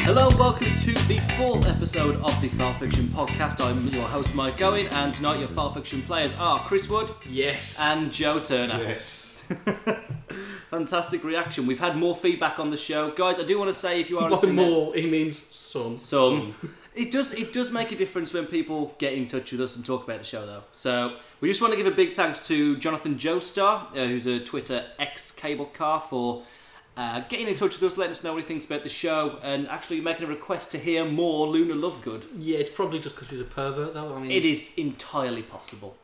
Hello, and welcome to the fourth episode of the Foul Fiction podcast. I'm your host, Mike Owen, and tonight your Foul Fiction players are Chris Wood Yes. and Joe Turner. yes. Fantastic reaction. We've had more feedback on the show, guys. I do want to say if you are By listening, more, he means some. some, it does it does make a difference when people get in touch with us and talk about the show, though. So we just want to give a big thanks to Jonathan Joestar, uh, who's a Twitter ex cable car for. Uh, getting in touch with us, letting us know what he thinks about the show, and actually making a request to hear more Luna Lovegood. Yeah, it's probably just because he's a pervert, though. I mean, It is entirely possible.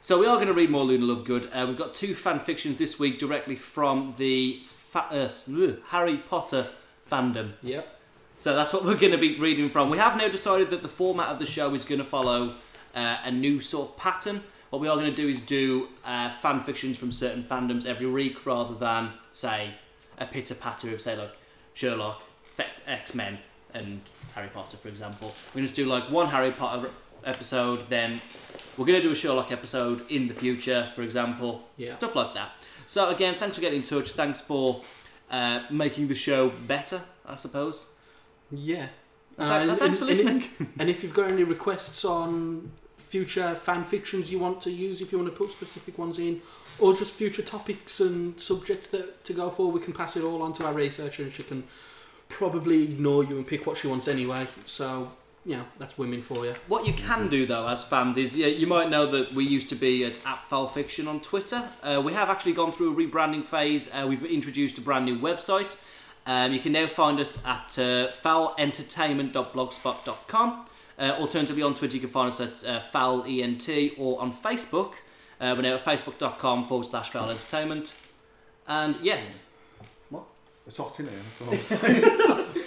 So we are going to read more Luna Lovegood. Uh, we've got two fan fictions this week directly from the fa- uh, s- ugh, Harry Potter fandom. Yep. So that's what we're going to be reading from. We have now decided that the format of the show is going to follow uh, a new sort of pattern. What we are going to do is do uh, fan fictions from certain fandoms every week rather than, say, a pitter patter of, say, like Sherlock, X Men, and Harry Potter, for example. We're going to do like one Harry Potter episode, then we're going to do a Sherlock episode in the future, for example. Yeah. Stuff like that. So, again, thanks for getting in touch. Thanks for uh, making the show better, I suppose. Yeah. Uh, Th- thanks for listening. and if you've got any requests on future fan fictions you want to use, if you want to put specific ones in, or just future topics and subjects that to go for, we can pass it all on to our researcher, and she can probably ignore you and pick what she wants anyway. So yeah, that's women for you. What you can do though, as fans, is yeah, you might know that we used to be at at Fiction on Twitter. Uh, we have actually gone through a rebranding phase. Uh, we've introduced a brand new website. Um, you can now find us at uh, foulentertainment.blogspot.com. Uh, alternatively, on Twitter, you can find us at uh, foulent or on Facebook. Uh, we're now at facebook.com forward slash foulentertainment. And yeah, It's hot in here. That's what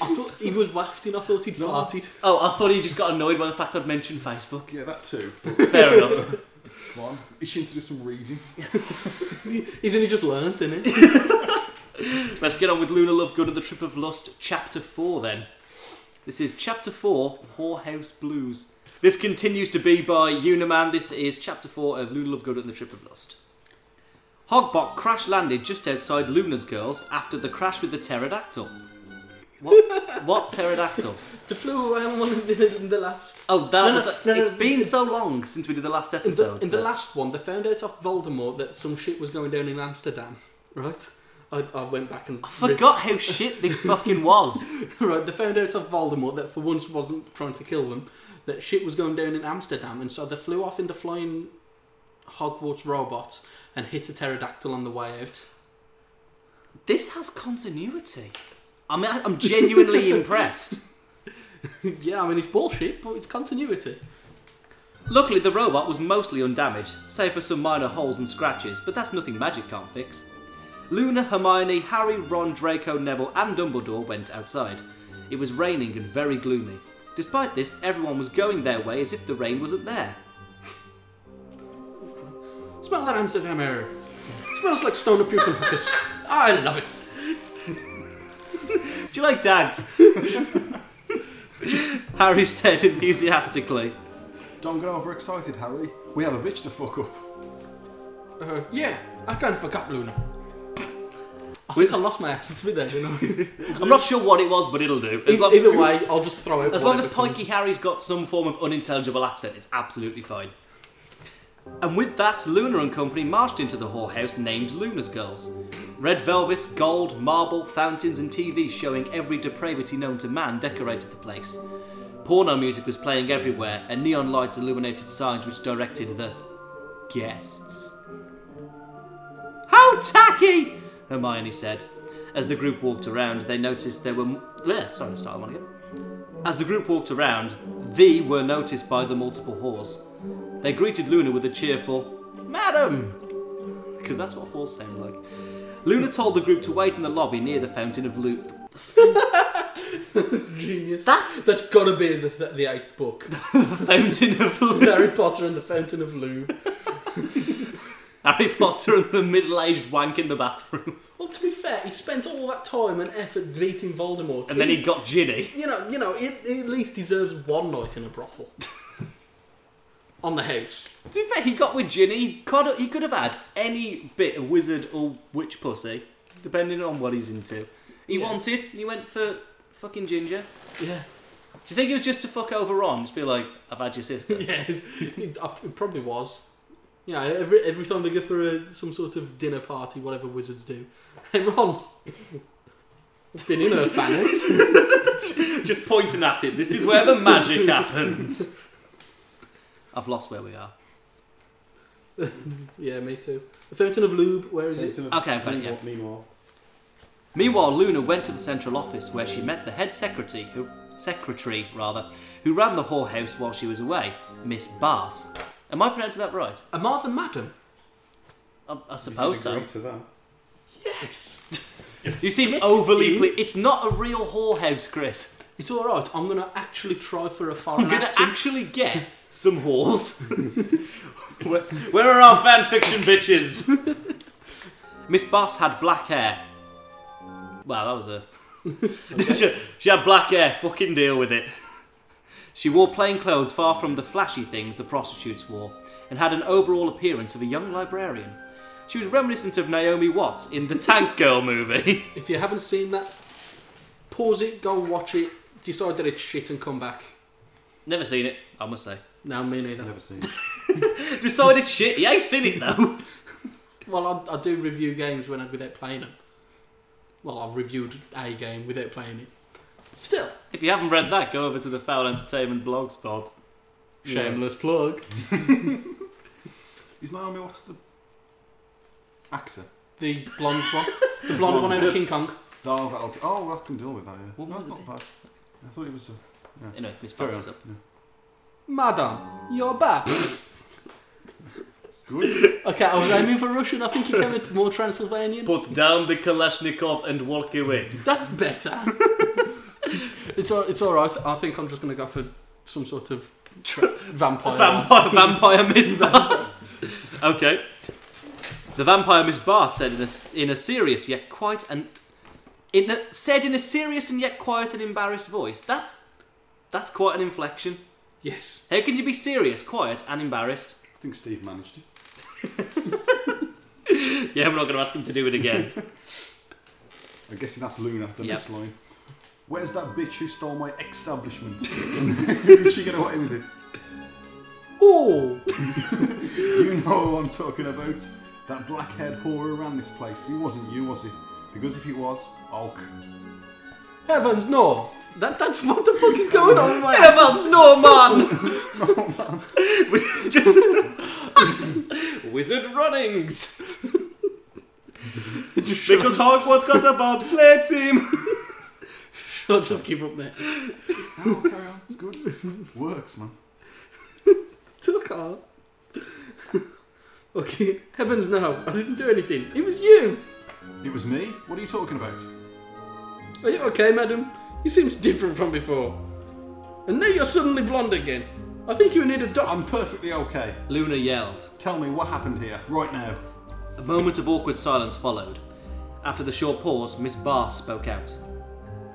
I thought he was wafting. I thought he'd farted. oh, I thought you just got annoyed by the fact I'd mentioned Facebook. yeah, that too. Fair enough. Come on, itching to do some reading. He's only just learnt, isn't it? Let's get on with Luna Lovegood and the Trip of Lust, Chapter 4 then. This is Chapter 4, Whorehouse Blues. This continues to be by Uniman. This is Chapter 4 of Luna Lovegood and the Trip of Lust. Hogbok crash landed just outside Luna's girls after the crash with the pterodactyl. What, what pterodactyl? They flew away on one in the, in the last. Oh, that No, no, was. no, no, it's been so long since we did the last In the, episode. in the that- last one, they found out off Voldemort that some shit was going down in Amsterdam, right? I, I went back and I forgot how shit this fucking was. right, they found out off Voldemort that for once wasn't trying to kill them, that shit was going down in Amsterdam, and so they flew off in the flying Hogwarts robot and hit a pterodactyl on the way out. This has continuity. I mean, I- I'm genuinely impressed. yeah, I mean it's bullshit, but it's continuity. Luckily, the robot was mostly undamaged, save for some minor holes and scratches, but that's nothing magic can't fix. Luna, Hermione, Harry, Ron, Draco, Neville, and Dumbledore went outside. It was raining and very gloomy. Despite this, everyone was going their way as if the rain wasn't there. Smell that Amsterdam air. Smells like stone up your huskers. I love it. Do you like dags? Harry said enthusiastically. Don't get overexcited, Harry. We have a bitch to fuck up. Uh, yeah, I kind of forgot Luna. I think I lost my accent with that, you know. I'm not sure what it was, but it'll do. As long, E- Either way, I'll just throw it. as, long as Pikey Harry's got some form of unintelligible accent, it's absolutely fine. And with that, Luna and company marched into the whorehouse named Luna's Girls. Red velvet, gold, marble, fountains, and TVs showing every depravity known to man decorated the place. Porno music was playing everywhere, and neon lights illuminated signs which directed the guests. How tacky! Hermione said. As the group walked around, they noticed there were. M- Bleh, sorry, start that one again. As the group walked around, they were noticed by the multiple whores. They greeted Luna with a cheerful, Madam! Because that's what whores sound like. Luna told the group to wait in the lobby near the Fountain of Loot. genius. That's That's gotta be the, the, the eighth book, the Fountain of Loot. Harry Potter and the Fountain of Lou. Harry Potter and the middle aged wank in the bathroom. Well, to be fair, he spent all that time and effort beating Voldemort. And then he got Ginny. you know, you know, he, he at least deserves one night in a brothel. On the house. To be fair, he got with Ginny. He could, he could have had any bit of wizard or witch pussy, depending on what he's into. He Yeah. wanted, and he went for fucking Ginger. Yeah. Do you think it was just to fuck over Ron? Just be like, I've had your sister. Yeah, it, it, it probably was. You know, every every time they go for a, some sort of dinner party, whatever wizards do. Hey, Ron. It's been in her fanny. just pointing at it. This is where the magic happens. I've lost where we are. Yeah, me too. A fountain of lube. Where is it? Okay, I've got it, yeah. Meanwhile, Meanwhile, Luna went to the central office where she met the head secretary, who, secretary rather, who ran the whorehouse while she was away, Miss Bass. Am I pronouncing that right? A Martha Madam. I, I you suppose can agree so. to that. Yes. You seem It's overly. in. Ple- it's not a real whorehouse, Chris. It's all right. I'm gonna actually try for a foreign I'm gonna accent. actually get some whores. where, where are our fan fiction bitches? Miss Boss had black hair. Wow, that was a. she, she had black hair. Fucking deal with it. She wore plain clothes, far from the flashy things the prostitutes wore, and had an overall appearance of a young librarian. She was reminiscent of Naomi Watts in the Tank Girl movie. If you haven't seen that, pause it, go watch it, decide that it's shit, and come back. Never seen it, I must say. No, me neither. Never seen. it. Decided shit. He ain't seen it though. Well, I, I do review games when I, without playing them. Well, I've reviewed a game without playing it. Still, If you haven't read that, go over to the Foul Entertainment blogspot. shameless plug. Is Naomi Watts the actor? The blonde one, the blonde one out of King Kong. Oh, that'll do- oh, I can deal with that. Yeah, What that's was not bad. I thought it was. A, Anyway, Miss Carry Bounce on. is up. Madam, you're back. it's good. okay, I was aiming for Russian. I think you came into more Transylvanian. Put down the Kalashnikov and walk away. That's better. it's all, it's all right. I think I'm just gonna go for some sort of tra- vampire. Vampire, vampire Miss Bars. okay. The vampire Miss Bar said in a, in a serious yet quite and in a, said in a serious and yet quiet and embarrassed voice. That's that's quite an inflection. Yes. How can you be serious, quiet, and embarrassed? I think Steve managed it. Yeah, we're not going to ask him to do it again. I'm guessing that's Luna. The Yep. next line. Where's that bitch who stole my establishment? Did she get away with it? Oh, You know who I'm talking about. That black-haired whore who ran this place. He wasn't you, was he? Because if he was, I'll. c- heavens no! That that's what the fuck is going on in my head. Heavens, no man! We just... Wizard runnings! because Hogwarts got a bobsled team! I'll just give up there. No, carry on. It's good. Works, man. Took off. okay, heavens no, I didn't do anything. It was you. It was me. What are you talking about? Are you okay, madam? You seems different from before. And now you're suddenly blonde again. I think you need a doctor. I'm perfectly okay. Luna yelled. Tell me what happened here, right now. A moment of awkward silence followed. After the short pause, Miss Barr spoke out.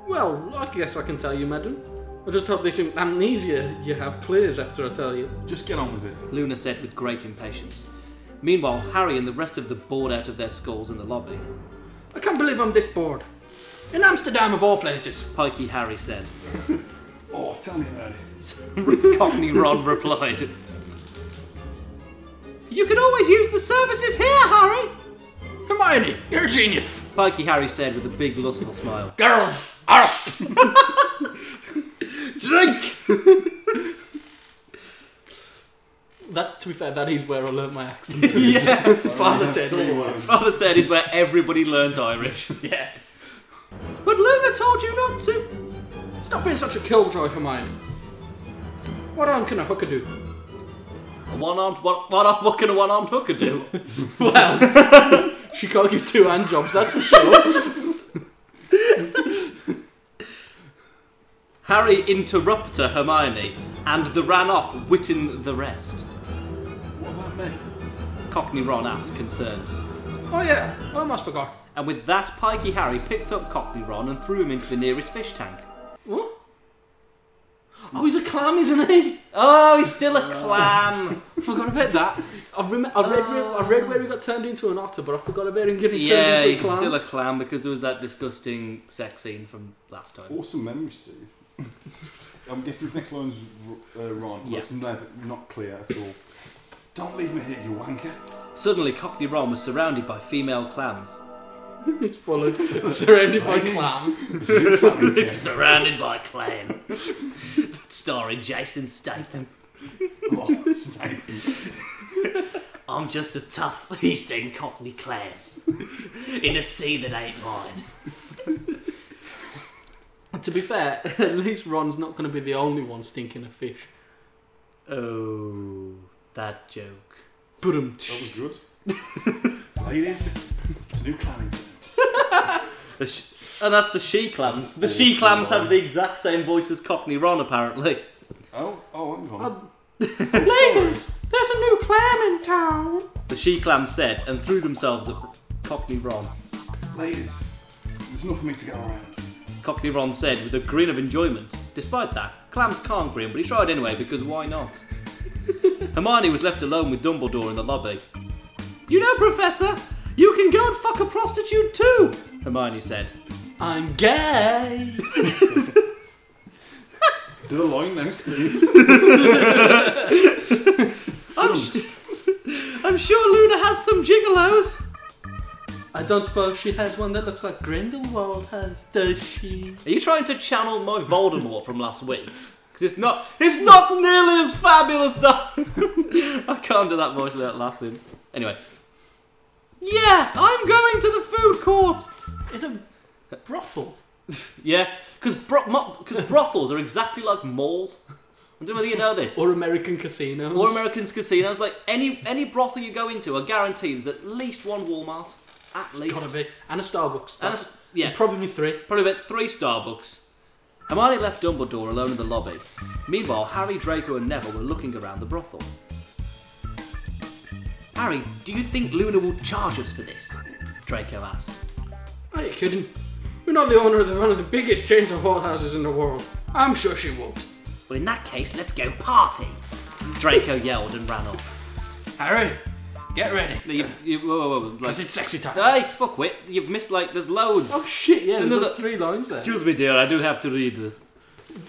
Well, I guess I can tell you, madam. I just hope this amnesia you have clears after I tell you. Just get on with it. Luna said with great impatience. Meanwhile, Harry and the rest of the board out of their skulls in the lobby. I can't believe I'm this bored. In Amsterdam, of all places. Pikey Harry said. Oh, tell me about it. Cockney Ron replied. You can always use the services here, Harry! Hermione, you're a genius. Pikey Harry said with a big lustful smile. Girls, arse. Drink! that, to be fair, that is where I learned my accent. Oh, yeah, Father Ted. Father Ted is where everybody learnt Irish. Yeah. But Luna told you not to. Stop being such a killjoy, Hermione. What arm can a hooker do? A one-armed, one, one-armed, what can a one-armed hooker do? Well, she can't give two hand jobs, that's for sure. Harry interrupted Hermione, and the ran off, witting the rest. What about me? Cockney Ron asked, concerned. oh yeah, I almost forgot. and with that, Pikey Harry picked up Cockney Ron and threw him into the nearest fish tank. What? Oh, he's a clam, isn't he? Oh, he's still a clam! Forgot about that. I, rem- I, read, where- I read where he got turned into an otter, but I forgot about him getting yeah, turned he's into a clam. still a clam because there was that disgusting sex scene from last time. Awesome memory, Steve. I'm guessing this next line's R- uh, Ron. but Yeah. It's never, not clear at all. Don't leave me here, you wanker. Suddenly, Cockney Ron was surrounded by female clams. It's full of surrounded by Ladies. clam. You clam it, yeah. surrounded by clam. Starring Jason Statham. Oh, Steve. I'm just a tough East End Cockney clam in a sea that ain't mine. To be fair, at least Ron's not going to be the only one stinking a fish. Oh, that joke. But um, That was good. Ladies, it's a new clan in The sh- and that's the she clams. That's The she awful clams have line. the exact same voice as Cockney Ron, apparently. Oh, oh, hang on. Um, Oh, sorry. there's a new clam in town. The she clams said and threw themselves at Cockney Ron. Ladies, there's enough for me to go around. Cockney Ron said with a grin of enjoyment. Despite that, Clams can't grin, but he tried anyway because why not? Hermione was left alone with Dumbledore in the lobby. You know, Professor, you can go and fuck a prostitute too, Hermione said. I'm gay. Do the line now, Steve. I'm, sh- I'm sure Luna has some gigolos. I don't suppose she has one that looks like Grindelwald has, does she? Are you trying to channel my Voldemort from last week? Because it's not, it's not nearly as fabulous though. I can't do that voice without laughing. Anyway. Yeah, I'm going to the food court. In a brothel. Yeah, because bro- because brothels are exactly like malls. I don't know whether you know this. Or American casinos. Or Americans casinos, like any any brothel you go into, I guarantee there's at least one Walmart, at least, Gotta be. And a Starbucks. and a s- yeah, Probably three. probably about three Starbucks. Hermione left Dumbledore alone in the lobby. Meanwhile, Harry, Draco, and Neville were looking around the brothel. Harry, do you think Luna will charge us for this? Draco asked. Are you kidding? We're not the owner of the, one of the biggest chains of whorehouses in the world. I'm sure she won't. Well, in that case, let's go party! Draco yelled and ran off. Harry, get ready. You- you- whoa, whoa, whoa, like- Because it's sexy time. Hey, fuckwit, you've missed like there's loads. oh shit, yeah, It's there's another- like three lines there. Excuse me, dear, I do have to read this.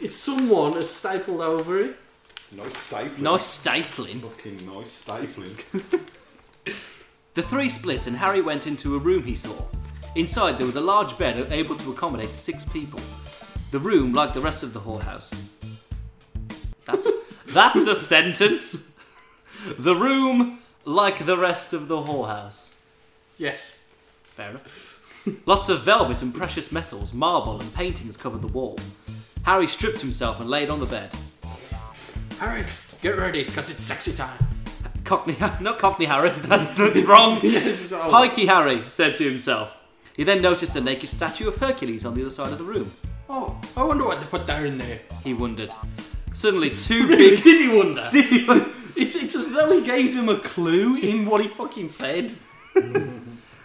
It's someone has stapled over it. nice stapling. Nice stapling. Fucking nice stapling. The three split and Harry went into a room he saw. Inside there was a large bed able to accommodate six people. The room, like the rest of the whorehouse. That's that's a sentence. The room, like the rest of the whorehouse. Yes. Fair enough. Lots of velvet and precious metals, marble and paintings covered the wall. Harry stripped himself and laid on the bed. Harry, get ready, because it's sexy time. Cockney, not Cockney Harry, that's, that's wrong. It's all- Pikey Harry said to himself. He then noticed a naked statue of Hercules on the other side of the room. Oh, I wonder what they put down there. He wondered. Suddenly, two Really, big. did he wonder? It's, it's as though he gave him a clue in what he fucking said.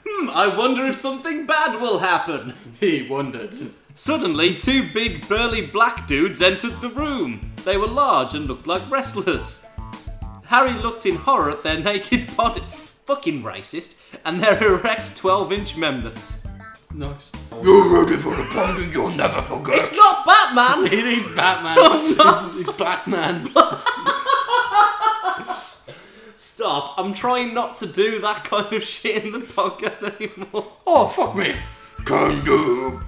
Hmm, I wonder if something bad will happen. He wondered. Suddenly, two big burly black dudes entered the room. They were large and looked like wrestlers. Harry looked in horror at their naked body. Fucking racist. And their erect 12 inch members. Nice. You're ready for a party you'll never forget. It's not Batman! It is Batman. it's Batman. Stop. I'm trying not to do that kind of shit in the podcast anymore. Oh, fuck me. Can do.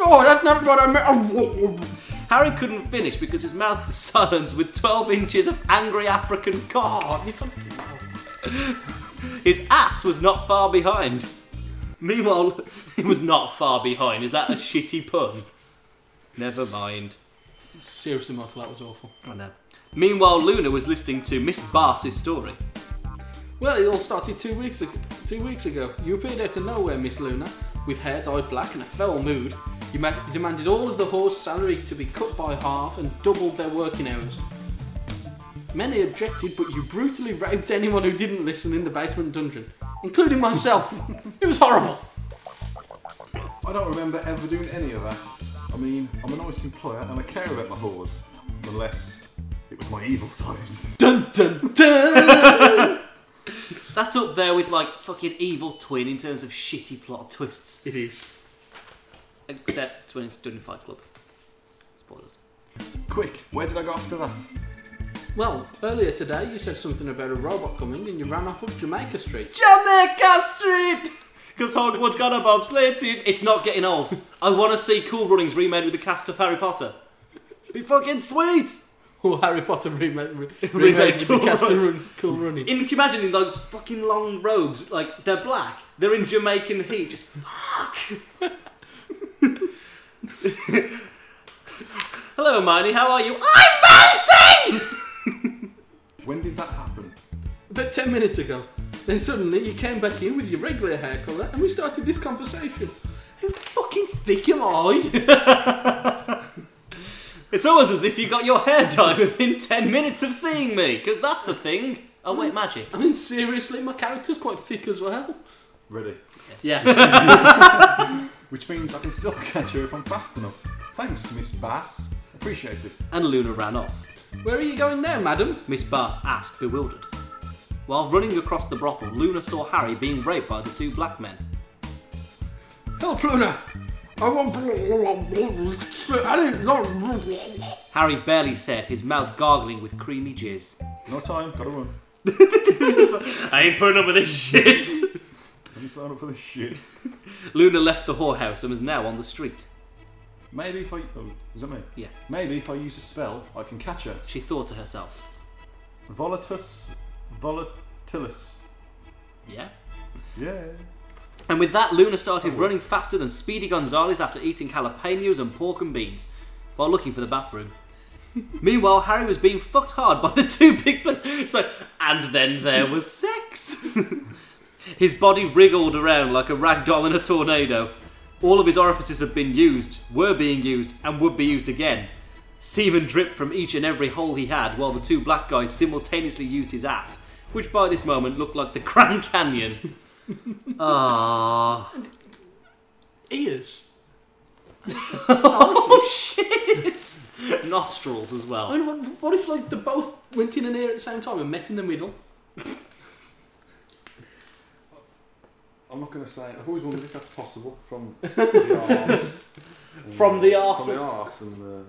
Oh, that's not what I meant. Harry couldn't finish because his mouth was silenced with 12 inches of angry African cock. Oh, you fucking. His ass was not far behind. Meanwhile, he was not far behind. Is that a shitty pun? Never mind. Seriously, Michael, that was awful. I know. Meanwhile, Luna was listening to Miss Bars's story. Well, it all started two weeks ago. Two weeks ago, you appeared out of nowhere, Miss Luna, with hair dyed black and a foul mood. You ma- you demanded all of the horse salary to be cut by half and doubled their working hours. Many objected, but you brutally raped anyone who didn't listen in the basement dungeon, including myself. it was horrible. I don't remember ever doing any of that. I mean, I'm an honest employer and I care about my whores. Unless it was my evil side. Dun dun dun. That's up there with like fucking evil twin in terms of shitty plot twists, It is. except when it's done in Fight Club. Spoilers. Quick, where did I go after that? Well, earlier today you said something about a robot coming and you ran off up Jamaica Street. Jamaica Street! Because Hogwarts got a bobsled team. It's not getting old. I want to see Cool Runnings remade with the cast of Harry Potter. Be fucking sweet! Or Harry Potter remade, re- Remade remade Cool the cast of Run- Run- Cool Running. In, can you imagine in those fucking long robes? Like, they're black. They're in Jamaican heat. Just. Hello, Marnie. How are you? I'm melting! When did that happen? About 10 minutes ago. Then suddenly you came back in with your regular hair colour and we started this conversation. How fucking thick am I? It's almost as if you got your hair dyed within 10 minutes of seeing me, because that's a thing. Oh, wait, magic. I mean, seriously, my character's quite thick as well. Ready. Yeah. Which means I can still catch her if I'm fast enough. Thanks, Miss Bass. Appreciate it. and Luna ran off. Where are you going now, madam? Miss Bass asked, bewildered. While running across the brothel, Luna saw Harry being raped by the two black men. Help, Luna! I want. I don't know. Harry barely said, his mouth gargling with creamy jizz. No time, gotta run. I ain't putting up with this shit! I didn't sign up for this shit. Luna left the whorehouse and was now on the street. Maybe if I. Oh, was that me? Yeah. Maybe if I use a spell, I can catch her. She thought to herself, Volatus. Volatilis. yeah? Yeah. And with that, Luna started running faster than Speedy Gonzales after eating jalapenos and pork and beans while looking for the bathroom. Meanwhile, Harry was being fucked hard by the two big. Bla- it's like, and then there was sex. his body wriggled around like a rag doll in a tornado. All of his orifices had been used, were being used, and would be used again. Semen dripped from each and every hole he had, while the two black guys simultaneously used his ass, which by this moment looked like the Grand Canyon. Ah. Ears. Oh shit! Nostrils as I well. mean, what, what if like they both went in and ear at the same time and met in the middle? I'm not going to say. I've always wondered if that's possible from the arse. and- From the arse. From the arse and the,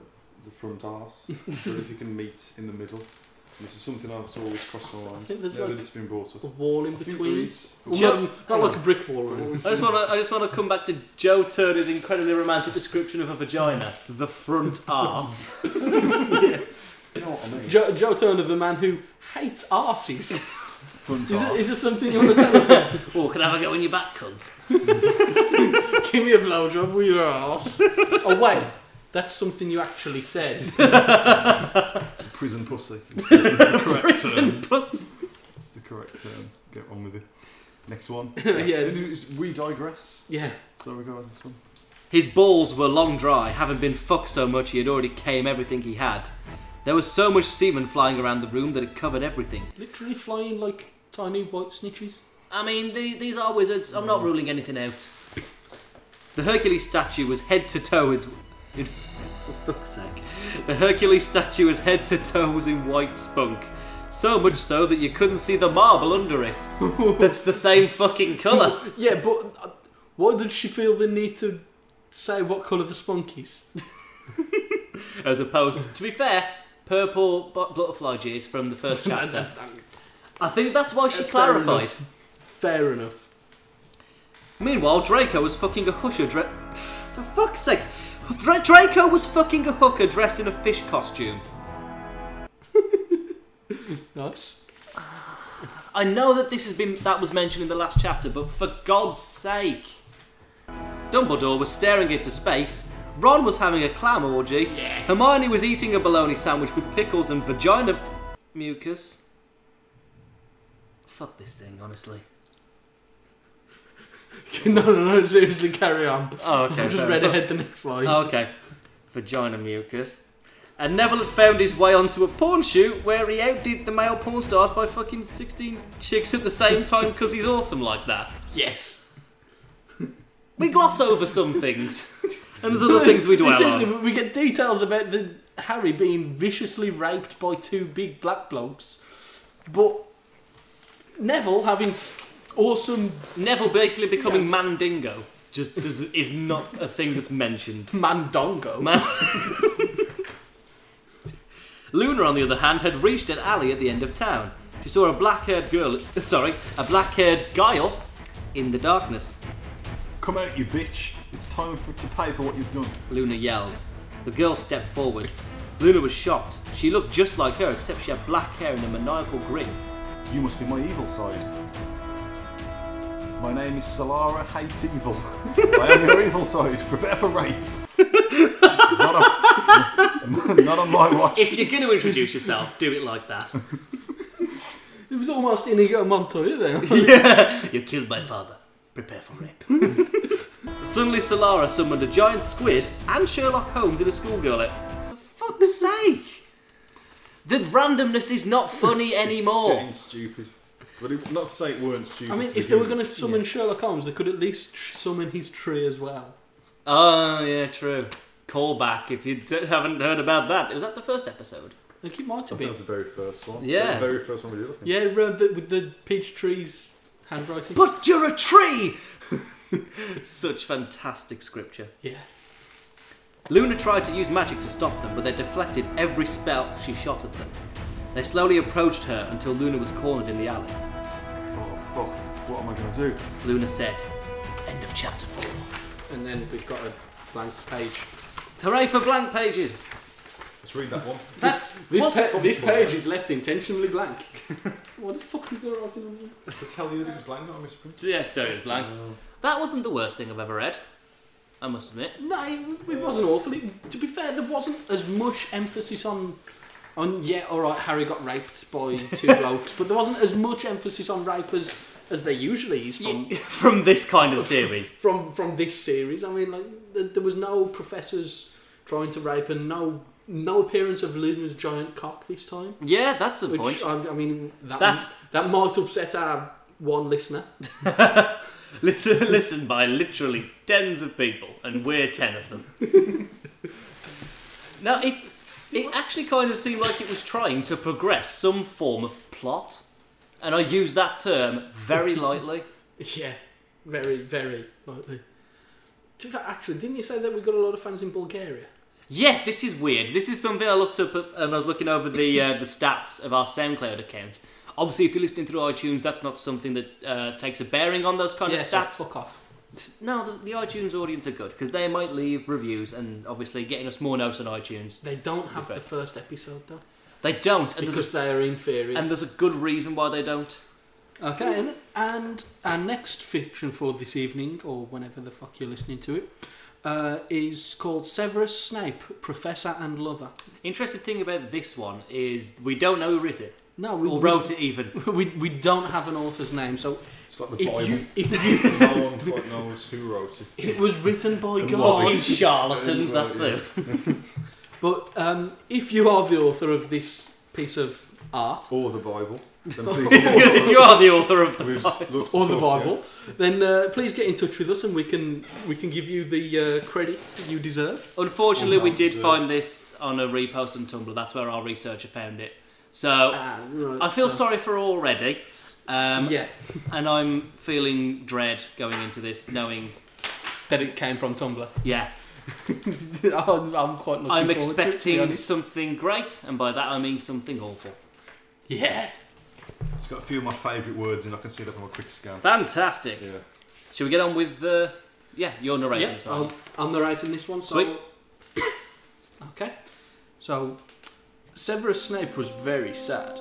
the front arse. so if you can meet in the middle. And this is something else always crossed my mind. think there's now like- that it's been brought up. A wall in I think between. there is. Well, Joe- not, not like a brick wall or What anything. was I just the- want to. I just want to come back to Joe Turner's incredibly romantic description of a vagina: the front arse. You know what I mean? Joe, Joe Turner, the man who hates arses. Front Is, it, arse. is this something you want to tell us? about? oh, can I have a go on your back, cunt? Give me a blowjob with your arse. oh, wait. That's something you actually said. It's a prison pussy. It's the, it's the correct term. Prison puss. It's the correct term. Get on with it. Next one. Yeah. It is- We digress. Yeah. So we go with this one. His balls were long dry, having been fucked so much he had already came everything he had. There was so much semen flying around the room that it covered everything. Literally flying like tiny white snitches. I mean, the, these are wizards. I'm not ruling anything out. The Hercules statue was head to toe. It's, in, for fuck's sake. The Hercules statue was head to toe was in white spunk. So much so that you couldn't see the marble under it. That's the same fucking colour. Yeah, but uh, why did she feel the need to say what colour the spunk is? As opposed, to be fair, purple bu- butterfly jizz from the first chapter. I think that's why she Uh, fair clarified. enough. Fair enough. Meanwhile, Draco was fucking a husher dre- For fuck's sake! Dra- Draco was fucking a hooker dressed in a fish costume. Nice. I know that this has been that was mentioned in the last chapter, but for God's sake, Dumbledore was staring into space. Ron was having a clam orgy. Yes. Hermione was eating a bologna sandwich with pickles and vagina mucus. Fuck this thing, honestly. no, no, no, seriously, carry on. Oh, okay. I just fair read enough. ahead the next line. Oh, okay. Vagina mucus. And Neville had found his way onto a porn shoot where he outdid the male porn stars by fucking 16 chicks at the same time because he's awesome like that. yes. we gloss over some things, and there's other things we dwell Seriously, on. we get details about the Harry being viciously raped by two big black blokes, but Neville having s- awesome Neville basically becoming Yes. Mandingo just does, is not a thing that's mentioned. mandongo. Man- Luna, on the other hand, had reached an alley at the end of town. She saw a black-haired girl, sorry, a black-haired guile in the darkness. Come out, you bitch. It's time for, to pay for what you've done. Luna yelled. The girl stepped forward. Luna was shocked. She looked just like her, except she had black hair and a maniacal grin. You must be my evil side. My name is Solara Hate Evil. I am your evil side. Prepare for rape. not, on, not on my watch. If you're going to introduce yourself, do it like that. It was almost Inigo Montoya there. You killed my father. Prepare for rape. Suddenly, Solara summoned a giant squid and Sherlock Holmes in a schoolgirl. out- For fuck's sake! The randomness is not funny anymore. Getting stupid. But it, not to say it weren't stupid. I mean, to if they were begin going with. to summon Sherlock Holmes, they could at least sh- summon his tree as well. Oh, yeah, true. Callback, if you d- haven't heard about that. Was that the first episode? I think it might I have think that been. was the very first one. Yeah. The very first one we did, I think. Yeah, uh, the, with the peach tree's handwriting. But you're a tree! Such fantastic scripture. yeah. Luna tried to use magic to stop them, but they deflected every spell she shot at them. They slowly approached her until Luna was cornered in the alley. Oh, fuck. What am I going to do? Luna said, End of chapter 4. And then we've got a blank page. Hooray for blank pages! Let's read that one. That This, was- pa- this page is left intentionally blank. what the fuck is there writing on there? to tell you that it was blank, not a misprint. Yeah, sorry, it was blank. That wasn't the worst thing I've ever read. I must admit. No, it, it wasn't awful. It, to be fair, there wasn't as much emphasis on. On yeah, all right, Harry got raped by two blokes, but there wasn't as much emphasis on rape as, as there usually is from From this kind of series. from from this series. I mean, like th- there was no professors trying to rape, and no no appearance of Luna's giant cock this time. Yeah, that's the point. Which I, I mean, that That's- that might upset our one listener. Listen, listen by literally tens of people, and we're ten of them. now it's it actually kind of seemed like it was trying to progress some form of plot, and I use that term very lightly. yeah, very very likely. To be fair, Actually, didn't you say that we got a lot of fans in Bulgaria? Yeah, this is weird. This is something I looked up at- and I was looking over the uh, the stats of our SoundCloud accounts. Obviously, if you're listening through iTunes, that's not something that uh, takes a bearing on those kind yeah, of so stats. fuck off. No, the, the iTunes audience are good because they might leave reviews and obviously getting us more notes on iTunes. They don't have bet. the first episode though They don't, and there's, because a, they are inferior. and there's a good reason why they don't. Okay, and, and our next fiction for this evening, or whenever the fuck you're listening to it, uh, is called Severus Snape, Professor and Lover. Interesting thing about this one is we don't know who wrote it No, we, or wrote it even. we, we don't have an author's name, so It's like the Bible. if you, if you, no one quite knows who wrote it. it was written by And God. Oh, you charlatans, Well, that's yeah. it. But um, if you are the author of this piece of art, Or the Bible. Then please, if you are the author of the we'd love to or the talk to you. Bible, then uh, please get in touch with us and we can we can give you the uh, credit you deserve. Unfortunately, Oh, Well done, we did sir. find this on a repost on Tumblr. That's where our researcher found it. So Ah, right, I feel so- sorry for her already, um, Yeah, and I'm feeling dread going into this, knowing that it came from Tumblr. yeah, I'm, I'm quite looking I'm forward to it, to be expecting honest. something great, and by that I mean something awful. Yeah. It's got a few of my favourite words and I can see that from a quick scan. Fantastic. Yeah. Should we get on with the? yeah, your narration. Yeah, sorry. I'll, I'm narrating this one. So Sweet. okay. So, Severus Snape was very sad.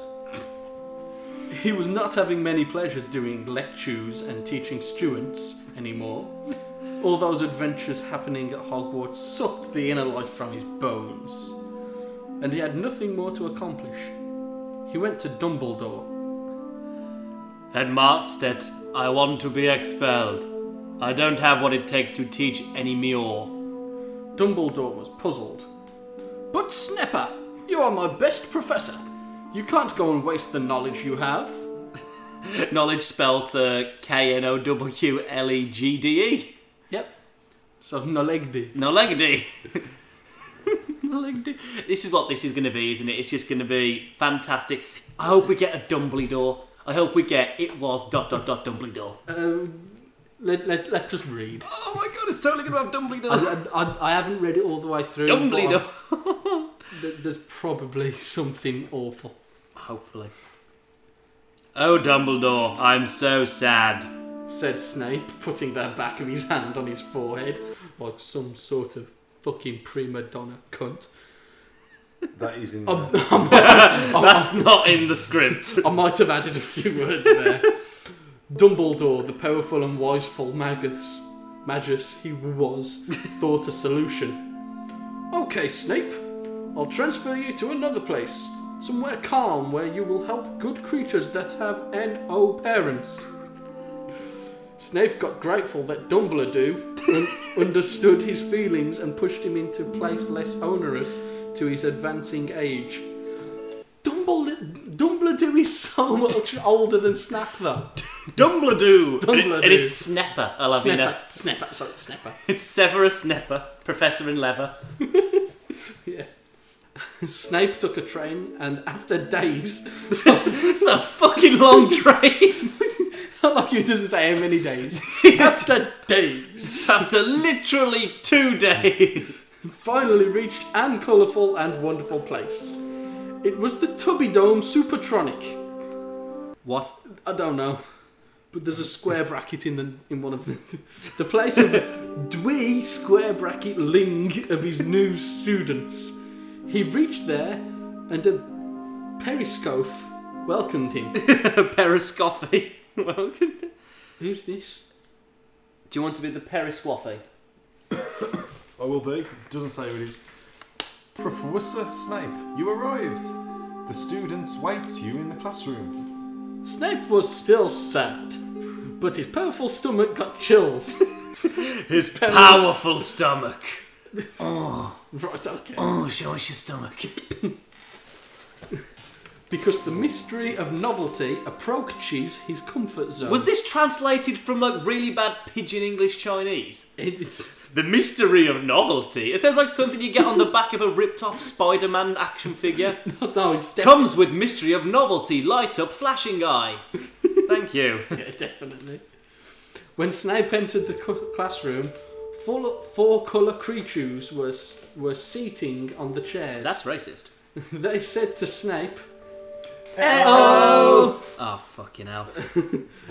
He was not having many pleasures doing lectures and teaching students anymore. All those adventures happening at Hogwarts sucked the inner life from his bones, and he had nothing more to accomplish. He went to Dumbledore Headmaster, I want to be expelled. I don't have what it takes to teach any Mior. Dumbledore was puzzled. But Snipper, you are my best professor. You can't go and waste the knowledge you have. Knowledge spelt uh, K N O W L E G D E. Yep. So Nolegdi. No legacy. no legacy. This is what this is going to be, isn't it? It's just going to be fantastic. I hope we get a Dumbledore. I hope we get it was dot dot dot Dumbledore. Um, let, let, let's just read. Oh my god, it's totally going to have Dumbledore. I, I, I haven't read it all the way through. but Dumbledore. I've- th- There's probably something awful. Hopefully. Oh Dumbledore, I'm so sad. Said Snape, putting the back of his hand on his forehead like some sort of fucking prima donna cunt. That is in there. Um, I, might, That's not in the script. I might have added a few words there. Dumbledore, the powerful and wiseful magus, magus he was, thought a solution. Okay, Snape, I'll transfer you to another place, somewhere calm where you will help good creatures that have N.O. parents. Snape got grateful that Dumbledore un- understood his feelings and pushed him into place less onerous to his advancing age. Dumbledore, Dumbledore is so much older than Snap, though. Dumbledore. And, it- and Dumbledore. it's Snapper. I uh, love you Snapper, know. Snapper, sorry, Snapper. It's Severus Snapper, Professor in Leather. Yeah. Snape took a train, and after days, It's a fucking long train. I like you doesn't say how many days. after days, After literally two days. finally reached an colourful and wonderful place. It was the Tubby Dome Supertronic. What? I don't know. But there's a square bracket in the, in one of the the place of Dwee square bracket Ling of his new students. He reached there and a periscope welcomed him. Periscoffy. Welcome. Do Who's this? you want to be the Periscoffy? I will be. Doesn't say who it is. Professor Snape, you arrived. The students wait you in the classroom. Snape was still sad, but his powerful stomach got chills. His powerful stomach. right, okay. Oh, show us your stomach. Because the mystery of novelty approaches his comfort zone. Was this translated from like really bad pigeon English Chinese? It- it's- The mystery of novelty. It sounds like something you get on the back of a ripped off Spider Man action figure. no, it's definitely. Comes with mystery of novelty, light up, flashing eye. Thank you. Yeah, definitely. When Snape entered the cu- classroom, four, four colour creatures were, s- were seating on the chairs. That's racist. They said to Snape, Oh, fucking hell.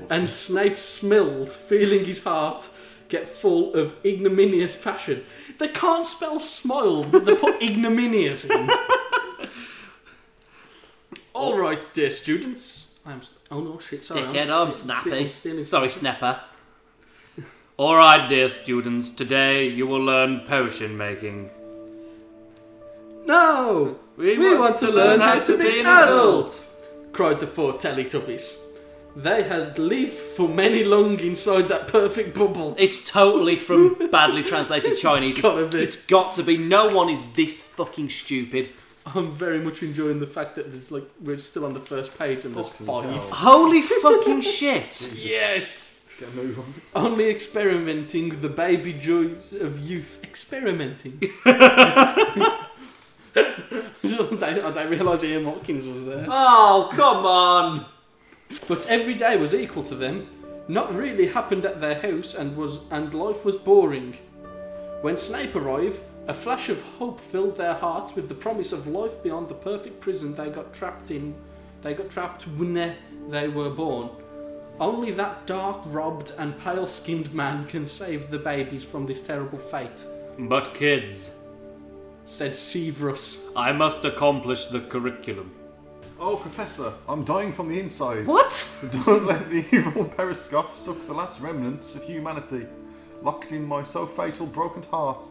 and Snape smiled, feeling his heart get full of ignominious passion. They can't spell smile, but they put ignominious in. All right, dear students. I'm. s- Oh no, shit! Sorry. Dickhead, I'm I'm sti- sti- snappy. I'm still in- Sorry, Snapper. Alright, dear students, today you will learn potion making. No. We, want to learn how to be adults. cried the four Teletubbies. They had lived for many long inside that perfect bubble. It's totally from badly translated Chinese. gotta be. it's got to be. No one is this fucking stupid. I'm very much enjoying the fact that there's like we're still on the first page and there's five. hell. Holy fucking shit! Yes. Get a move on. Only experimenting the baby joys of youth. Experimenting. I don't, I don't realise Ian Watkins was there. Oh, come on! But every day was equal to them. Not really happened at their house, and was and life was boring. When Snape arrived, a flash of hope filled their hearts with the promise of life beyond the perfect prison they got trapped in. They got trapped when they were born. Only that dark, robbed, and pale-skinned man can save the babies from this terrible fate," But kids, said Severus. I must accomplish the curriculum. Oh, Professor, I'm dying from the inside. What? Don't let the evil periscope suck the last remnants of humanity. Locked in my so fatal broken heart.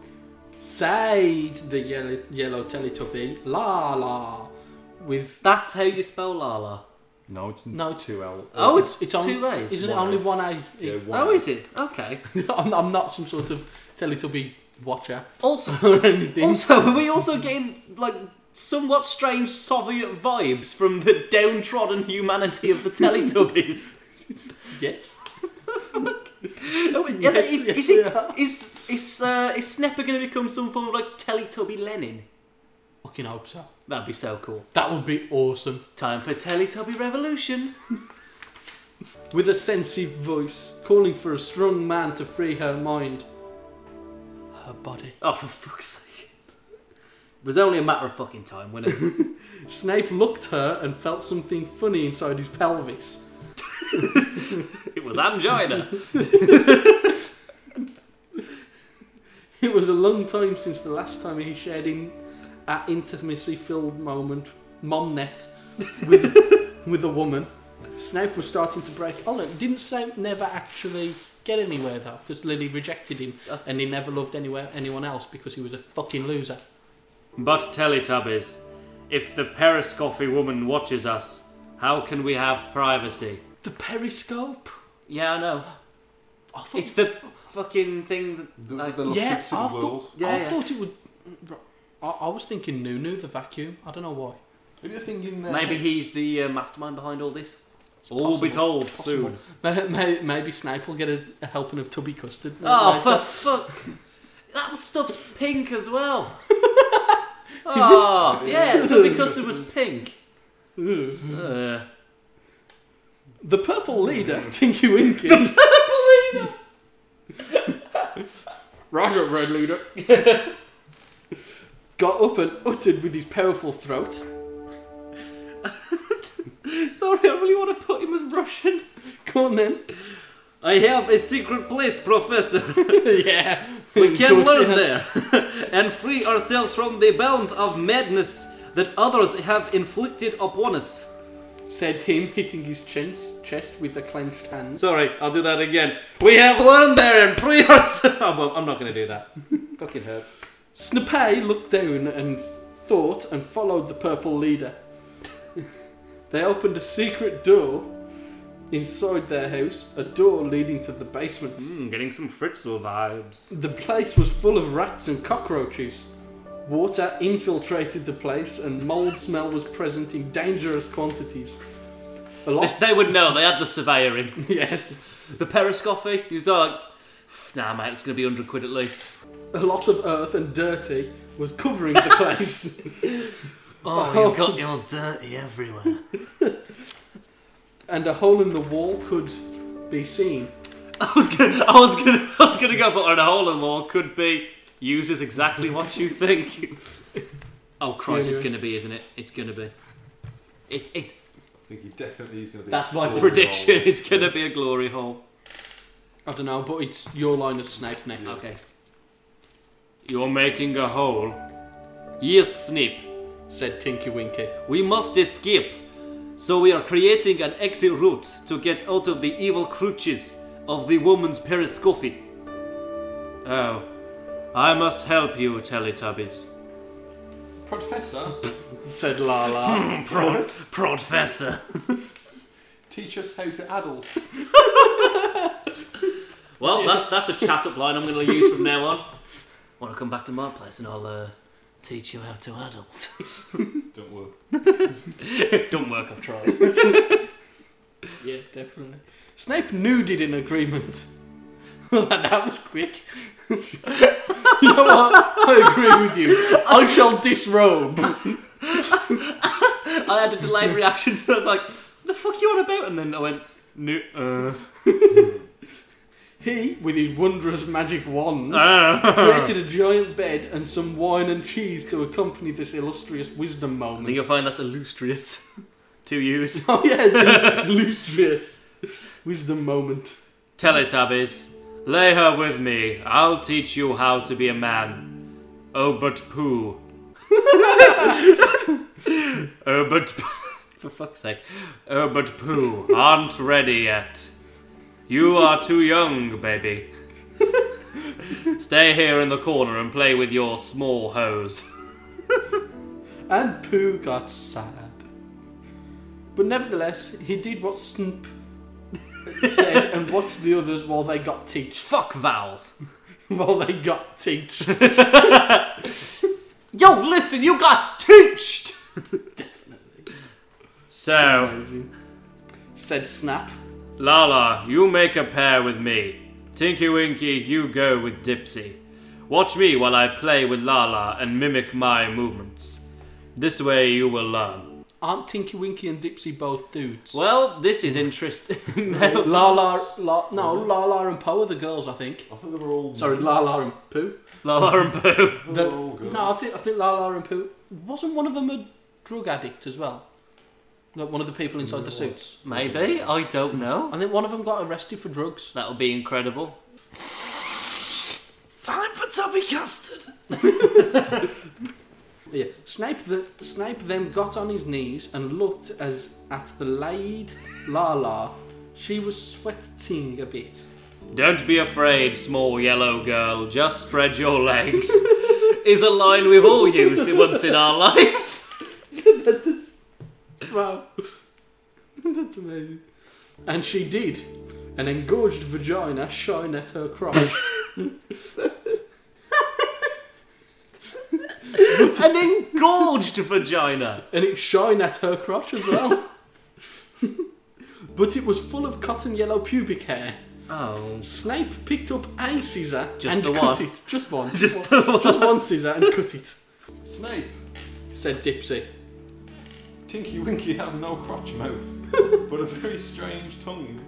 Said the yellow, yellow Teletubby, "La la," with That's how you spell Lala. No, it's No, not two L. Oh, it's It's it's on, two ways. Isn't One it only A. one A? Yeah, one Oh, is it? Okay. I'm, I'm not some sort of Teletubby watcher Also, or anything. also, are we also getting like somewhat strange Soviet vibes from the downtrodden humanity of the Teletubbies? yes. Oh, is, is, is, it- is, is, uh, is Snepper going to become some form of like Teletubby Lenin? Fucking hope so. That'd be so cool. That would be awesome. Time for Teletubby Revolution. With a sensitive voice, calling for a strong man to free her mind, her body. Oh, for fuck's sake. It was only a matter of fucking time, wasn't it? Snape looked her and felt something funny inside his pelvis. it was angina. It was a long time since the last time he shared in an intimacy-filled moment, momnet, with with a woman. Snape was starting to break. Oh look, didn't Snape never actually get anywhere though, because Lily rejected him, and he never loved anywhere anyone else because he was a fucking loser. But Teletubbies, if the periscopy woman watches us, how can we have privacy? The periscope. Yeah, I know. I thought, It's the fucking thing that. The, Like, the little yeah, kids in I the thought, world. Yeah, I yeah. thought it would. I, I was thinking Nunu, the vacuum. I don't know why. Oh, Who do you think in there? Maybe he's the uh, mastermind behind all this. All will be possible. told soon. May- may- Maybe Snape will get a, a helping of tubby custard. Oh, later. for fuck. That stuff's pink as well. oh, yeah, Tubby Custard was pink. Uh, The purple leader, Tinky Winky. Oh, The purple leader! Roger, red leader. Got up and uttered with his powerful throat. sorry, I really want to put him as Russian. Come on then. I have a secret place, Professor. yeah. We can Ghost learn dance. there and free ourselves from the bounds of madness that others have inflicted upon us. Said him, hitting his chest, chest with a clenched hand. Sorry, I'll do that again. We have learned there and free ourselves. I'm not going to do that. Fucking hurts. Snape looked down and thought and followed the purple leader. they opened a secret door inside their house, a door leading to the basement. Hmm, getting some Fritzl vibes. The place was full of rats and cockroaches. Water infiltrated the place, and mold smell was present in dangerous quantities. A lot, They would know. They had the surveyor in. yeah, The periscopy. He was like, nah, mate, it's going to be 100 quid at least. a lot of earth and dirty was covering the place. Oh, you've got your dirty everywhere. and a hole in the wall could be seen. I was gonna, I was gonna, I was gonna go for an hole in wall could be uses exactly what you think. oh Christ, it's anyway. gonna be, isn't it? It's gonna be. It's it. I think he definitely is going to be. That's my Glory prediction. Hole. It's gonna be a glory hole. I don't know, but it's your line of Snape next. Okay. You're making a hole. Yes, Snape. Said Tinky Winky. We must escape. So we are creating an exit route to get out of the evil clutches of the woman's periscopy. Oh, I must help you, Teletubbies. Professor, Said Lala. promise, Professor. teach us how to adult. Well, that's that's a chat up line I'm going to use from now on. Want to come back to my place and I'll uh, teach you how to adult. Don't work. Don't work, I've tried. yeah, definitely. Snape nooded in agreement. well, that, that was quick. you know what? I agree with you. I shall disrobe. I had a delayed reaction, so I was like, "The fuck you on about?" And then I went, "No." Uh, He, with his wondrous magic wand, uh. created a giant bed and some wine and cheese to accompany this illustrious wisdom I think moment. you'll find that's illustrious to use. oh yeah, the illustrious wisdom moment. Teletubbies, lay her with me. I'll teach you how to be a man. Oh, but poo. oh, but for fuck's sake. Oh, but poo aren't ready yet. You are too young, baby. Stay here in the corner and play with your small hose. And Pooh got sad. But nevertheless, he did what Snoop said and watched the others while they got teached. Fuck vowels. While they got teached. Yo, listen, you got teached. So, Said Snap. Lala, you make a pair with me. Tinky Winky, you go with Dipsy. Watch me while I play with Lala and mimic my movements. This way you will learn. Aren't Tinky Winky and Dipsy both dudes? Well, this is interesting. now. Lala, La, no, Lala and Poe are the girls, I think. I thought they were all. Sorry, Lala and Pooh. Lala and Boo. they The- were all good. No, I think I think Lala and Pooh wasn't one of them a drug addict as well. Like one of the people inside the suits. Maybe, I don't know. I think one of them got arrested for drugs. That'll be incredible. Time for Tubby Custard! Yeah. Snape the Snape then got on his knees and looked as at the laid Lala. She was sweating a bit. Don't be afraid, small yellow girl, just spread your legs. is a line we've all used once in our life. Wow. That's amazing. And she did. An engorged vagina shine at her crotch. An engorged vagina. and it shine at her crotch as well. but it was full of cotton yellow pubic hair. Oh. Snape picked up a scissor Just and the cut one. it. Just one. Just the one. Just one scissor and cut it. Snape, Said Dipsy. Tinky Winky have no crotch mouth, but a very strange tongue.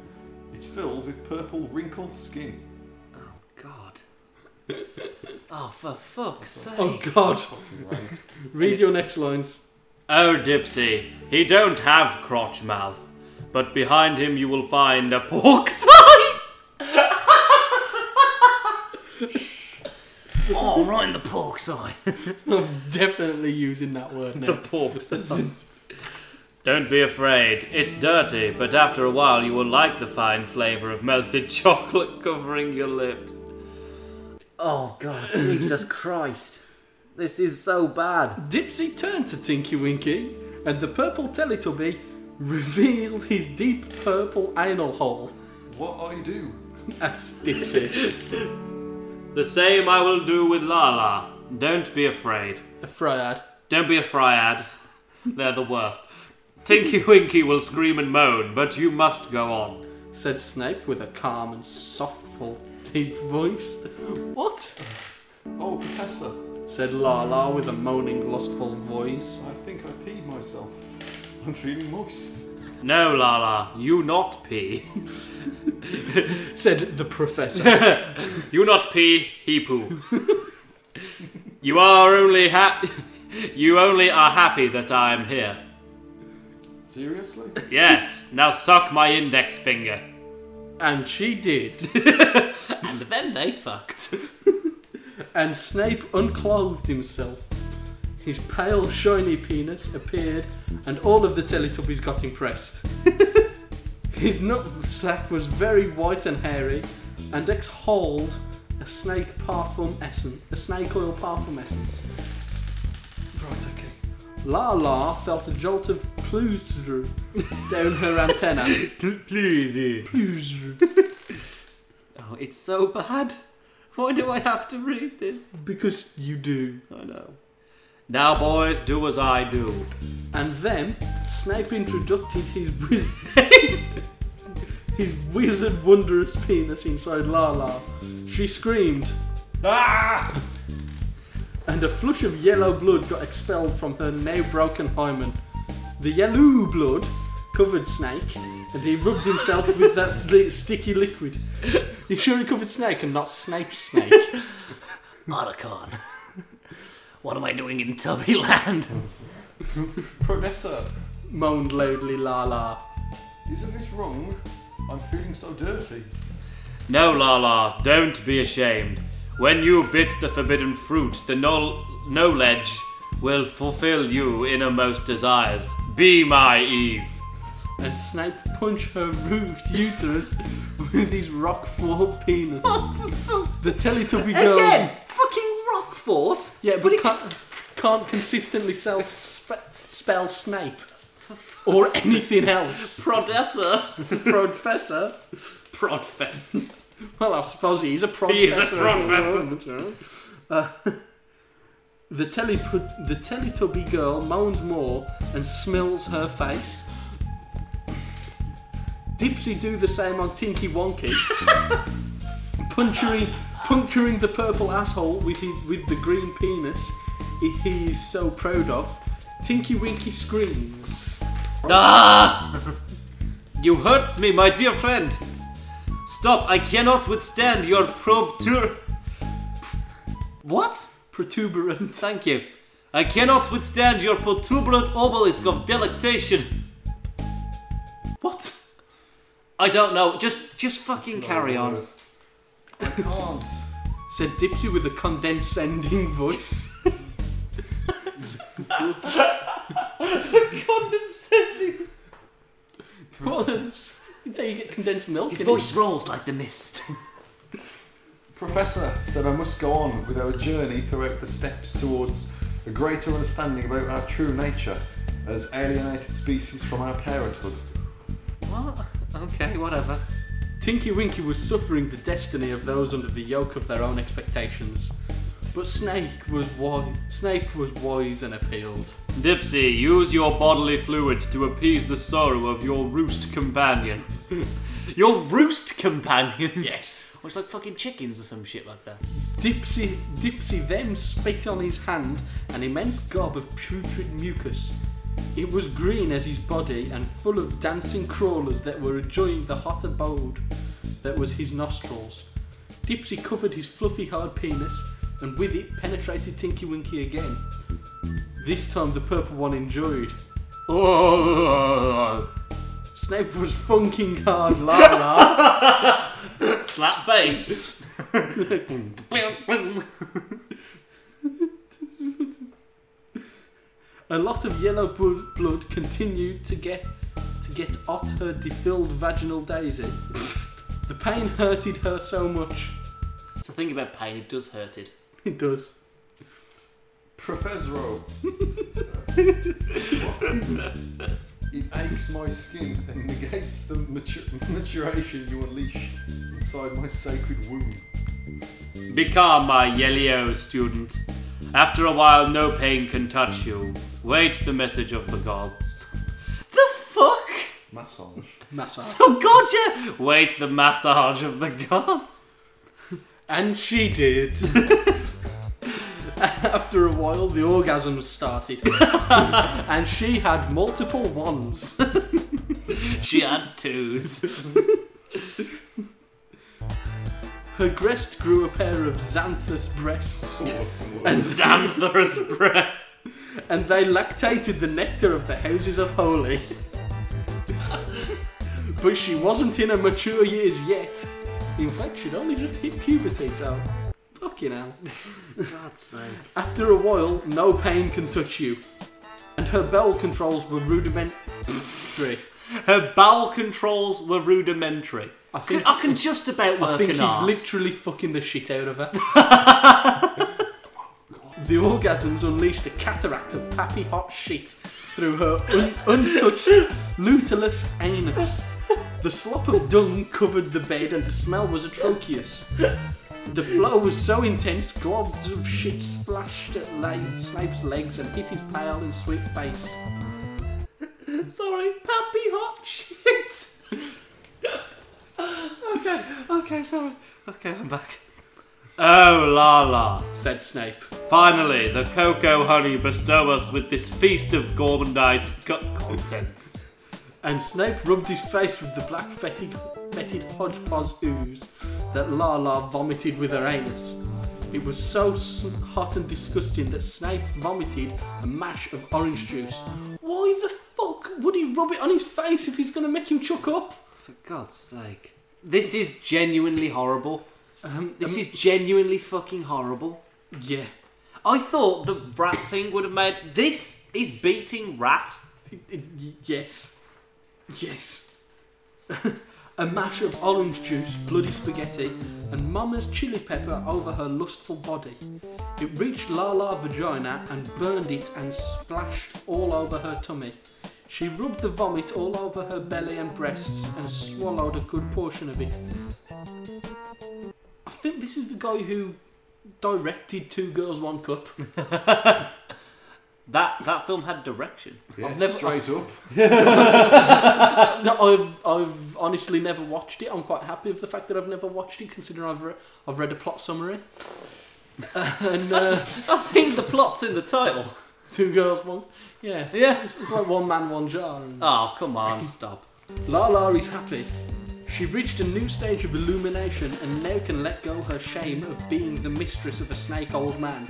It's filled with purple, wrinkled skin. Oh, God. Oh, for fuck's sake. Oh God! Fucking rank. Read your next lines. Oh, Dipsy, he don't have crotch mouth, but behind him you will find a pork sign. oh, right in the pork sign. I'm definitely using that word the now. pork sign. Don't be afraid, it's dirty, but after a while you will like the fine flavour of melted chocolate covering your lips. Oh, God, Jesus Christ. This is so bad. Dipsy turned to Tinky Winky, and the purple Teletubby revealed his deep purple anal hole. What I do? That's Dipsy. The same I will do with Lala. Don't be afraid. A fryad. Don't be a fryad. They're the worst. Tinky Winky will scream and moan, but you must go on. Said Snape with a calm and softful, deep voice. What? Oh, Professor, Said Lala with a moaning, lustful voice. I think I peed myself. I'm feeling moist. No, Lala, you not pee. Said the Professor. You not pee, he poo. you are only ha- You only are happy that I am here. Seriously? Yes, now suck my index finger. and she did. And then they fucked. and Snape unclothed himself. His pale, shiny penis appeared, and all of the Teletubbies got impressed. His nut sack was very white and hairy, and exhaled a snake parfum essence, a snake oil parfum essence. Right, okay. La La felt a jolt of pleasure down her antenna. Please. Pleasure. Oh, it's so bad. Why do I have to read this? Because you do. I know. Now, boys, do as I do. And then Snape introducted his wiz- his wizard wondrous penis inside Lala. She screamed, ah! and a flush of yellow blood got expelled from her now broken hymen. The yellow blood covered Snake, and he rubbed himself with that sli- sticky liquid. You sure he covered Snake and not Snape's Snake? Otacon. what am I doing in Tubby Land? Professor, moaned loudly Lala. isn't this wrong? I'm feeling so dirty. No, Lala, don't be ashamed. When you bit the forbidden fruit, the no- knowledge will fulfill you innermost desires. Be my Eve. and Snape punched her roofed uterus with his rock fork penis. the Teletubby girl. fucking Rockfort. Yeah, but can't, can't consistently sell, spe- spell Snape. Or anything else. Prodessa. professor. Prodfest. Well, I suppose he is a professor. He is a professor. Uh, the, telep- the Teletubby girl moans more and smells her face. Dipsy do the same on Tinky Wonky. puncturing puncturing the purple asshole with his, with the green penis. He, he is so proud of. Tinky Winky screams. Ah! You hurt me, my dear friend. Stop, I cannot withstand your probe. What? Protuberant. Thank you. I cannot withstand your protuberant obelisk of delectation. What? I don't know. Just, just fucking carry on. I can't. Said Dipsy with a condescending voice. Condescending. what? That's how you get condensed milk. His innit? voice rolls like the mist. Professor said I must go on with our journey throughout the steps towards a greater understanding about our true nature as alienated species from our parenthood. What? Okay, whatever. Tinky Winky was suffering the destiny of those under the yoke of their own expectations. But Snake was wise. Snape was wise and appealed. Dipsy, use your bodily fluids to appease the sorrow of your roost companion. your roost companion? Yes. Or it's like fucking chickens or some shit like that. Dipsy, Dipsy then spit on his hand an immense gob of putrid mucus. It was green as his body and full of dancing crawlers that were enjoying the hot abode that was his nostrils. Dipsy covered his fluffy hard penis and with it penetrated Tinky Winky again. This time the purple one enjoyed. Oh, Snape was funking hard, la la. slap bass. A lot of yellow blo- blood continued to get to get at her defilled vaginal daisy. the pain hurted her so much. It's the thing about pain, it does hurt it. It does. Professor, it aches my skin and negates the matur- maturation you unleash inside my sacred womb. Become my Yelio student. After a while, no pain can touch you. Wait the message of the gods. The fuck? Massage. Massage. So god, yeah. Oh, Wait the massage of the gods. And she did. After a while, the orgasms started, and she had multiple ones. She had twos. Her breast grew a pair of xanthus breasts, Awesome. and, Xantharus breath. and they lactated the nectar of the houses of holy. but she wasn't in her mature years yet. In fact, she'd only just hit puberty, so fucking hell. God's sake. After a while, no pain can touch you, and her bowel controls were rudimentary. Her bowel controls were rudimentary. I think, I can just about work I think an he's arse. literally fucking the shit out of her. the orgasms unleashed a cataract of pappy hot shit through her un- untouched, luteless anus. The slop of dung covered the bed and the smell was atrocious. The flow was so intense, globs of shit splashed at Le- Snape's legs and hit his pale and sweet face. Sorry, pappy hot shit. okay, okay, sorry. Okay, I'm back. Oh la la. said Snape. Finally, the cocoa honey bestow us with this feast of gourmandized gut contents. And Snape rubbed his face with the black fetid, fetid hodgepodge ooze that Lala vomited with her anus. It was so s- hot and disgusting that Snape vomited a mash of orange juice. Why the fuck would he rub it on his face if he's going to make him chuck up? For God's sake. This is genuinely horrible. Um, This um, is genuinely fucking horrible. yeah. I thought the rat thing would have made. This is beating rat. It- it- y- yes. Yes. a mash of orange juice, bloody spaghetti, and Mama's chili pepper over her lustful body. It reached Lala vagina and burned it and splashed all over her tummy. She rubbed the vomit all over her belly and breasts and swallowed a good portion of it. I think this is the guy who directed Two Girls One Cup. That that film had direction. Yeah, never- straight up. No, I've, I've honestly never watched it. I'm quite happy with the fact that I've never watched it, considering I've, re- I've read a plot summary. and uh, I think the plot's in the title. two girls, one. Yeah. Yeah. It's, it's like one man, one jar. And Oh, come on, stop. Lala is happy. She reached a new stage of illumination and now can let go her shame of being the mistress of a snake old man.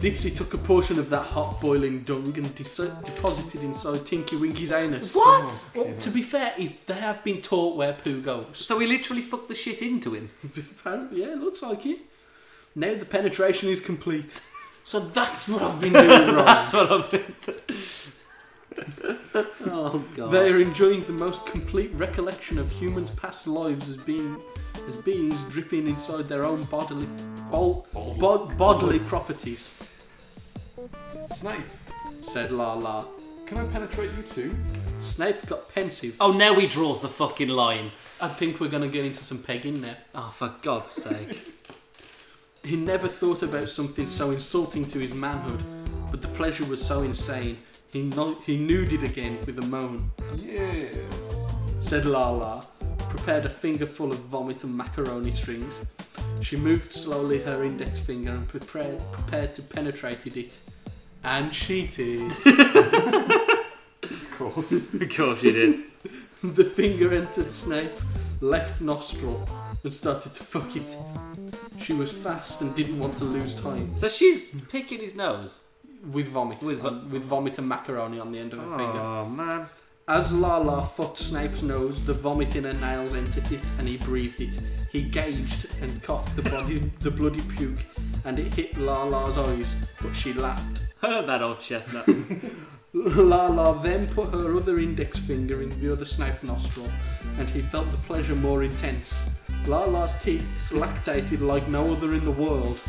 Dipsy took a portion of that hot boiling dung and dis- deposited inside Tinky Winky's anus. What? Well, to be fair, he- they have been taught where poo goes. So he literally fucked the shit into him. Apparently, yeah, looks like it. Now the penetration is complete. So that's what I've been doing wrong. That's what I meant. oh god. They are enjoying the most complete recollection of humans' past lives as being as beings dripping inside their own bodily bol, bod, bodily properties," Snape, said La La. can I penetrate you too? Snape got pensive. Oh, now he draws the fucking line. I think we're going to get into some pegging now. Oh, for God's sake. He never thought about something so insulting to his manhood, but the pleasure was so insane. He no- he nuded again with a moan. Yes. said Lala, prepared a fingerful of vomit and macaroni strings. She moved slowly her index finger and prepared, prepared to penetrate it. And she did. Of course. of course you did. the finger entered Snape, left nostril, and started to fuck it. She was fast and didn't want to lose time. So she's picking his nose. With vomit. With vo- with vomit and macaroni on the end of her finger. Ah, man. As Lala fucked Snape's nose, the vomit in her nails entered it and he breathed it. He gauged and coughed the, bloody, the bloody puke and it hit Lala's eyes, but she laughed. that old chestnut. Lala then put her other index finger in the other Snape nostril and he felt the pleasure more intense. Lala's cheeks lactated like no other in the world.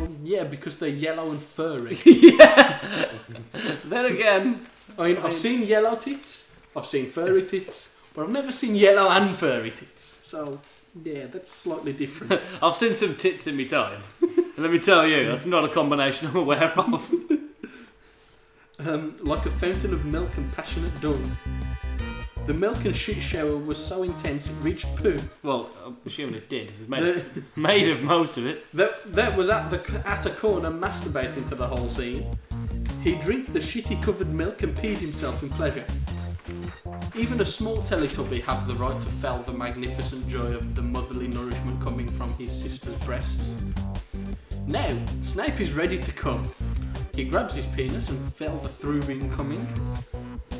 Well, yeah, because they're yellow and furry. then again, I mean, I've seen yellow tits, I've seen furry tits, but I've never seen yellow and furry tits. So, yeah, that's slightly different. I've seen some tits in my time. And let me tell you, that's not a combination I'm aware of. um, like a fountain of milk and passionate dung. The milk and shit shower was so intense it reached poo. Well, I'm assuming it did. It was made, The- made of most of it. That, that was at the at a corner masturbating to the whole scene. He drank the shitty covered milk and peed himself in pleasure. Even a small Teletubby have the right to fell the magnificent joy of the motherly nourishment coming from his sister's breasts. Now, Snape is ready to come. He grabs his penis and fell the through ring coming.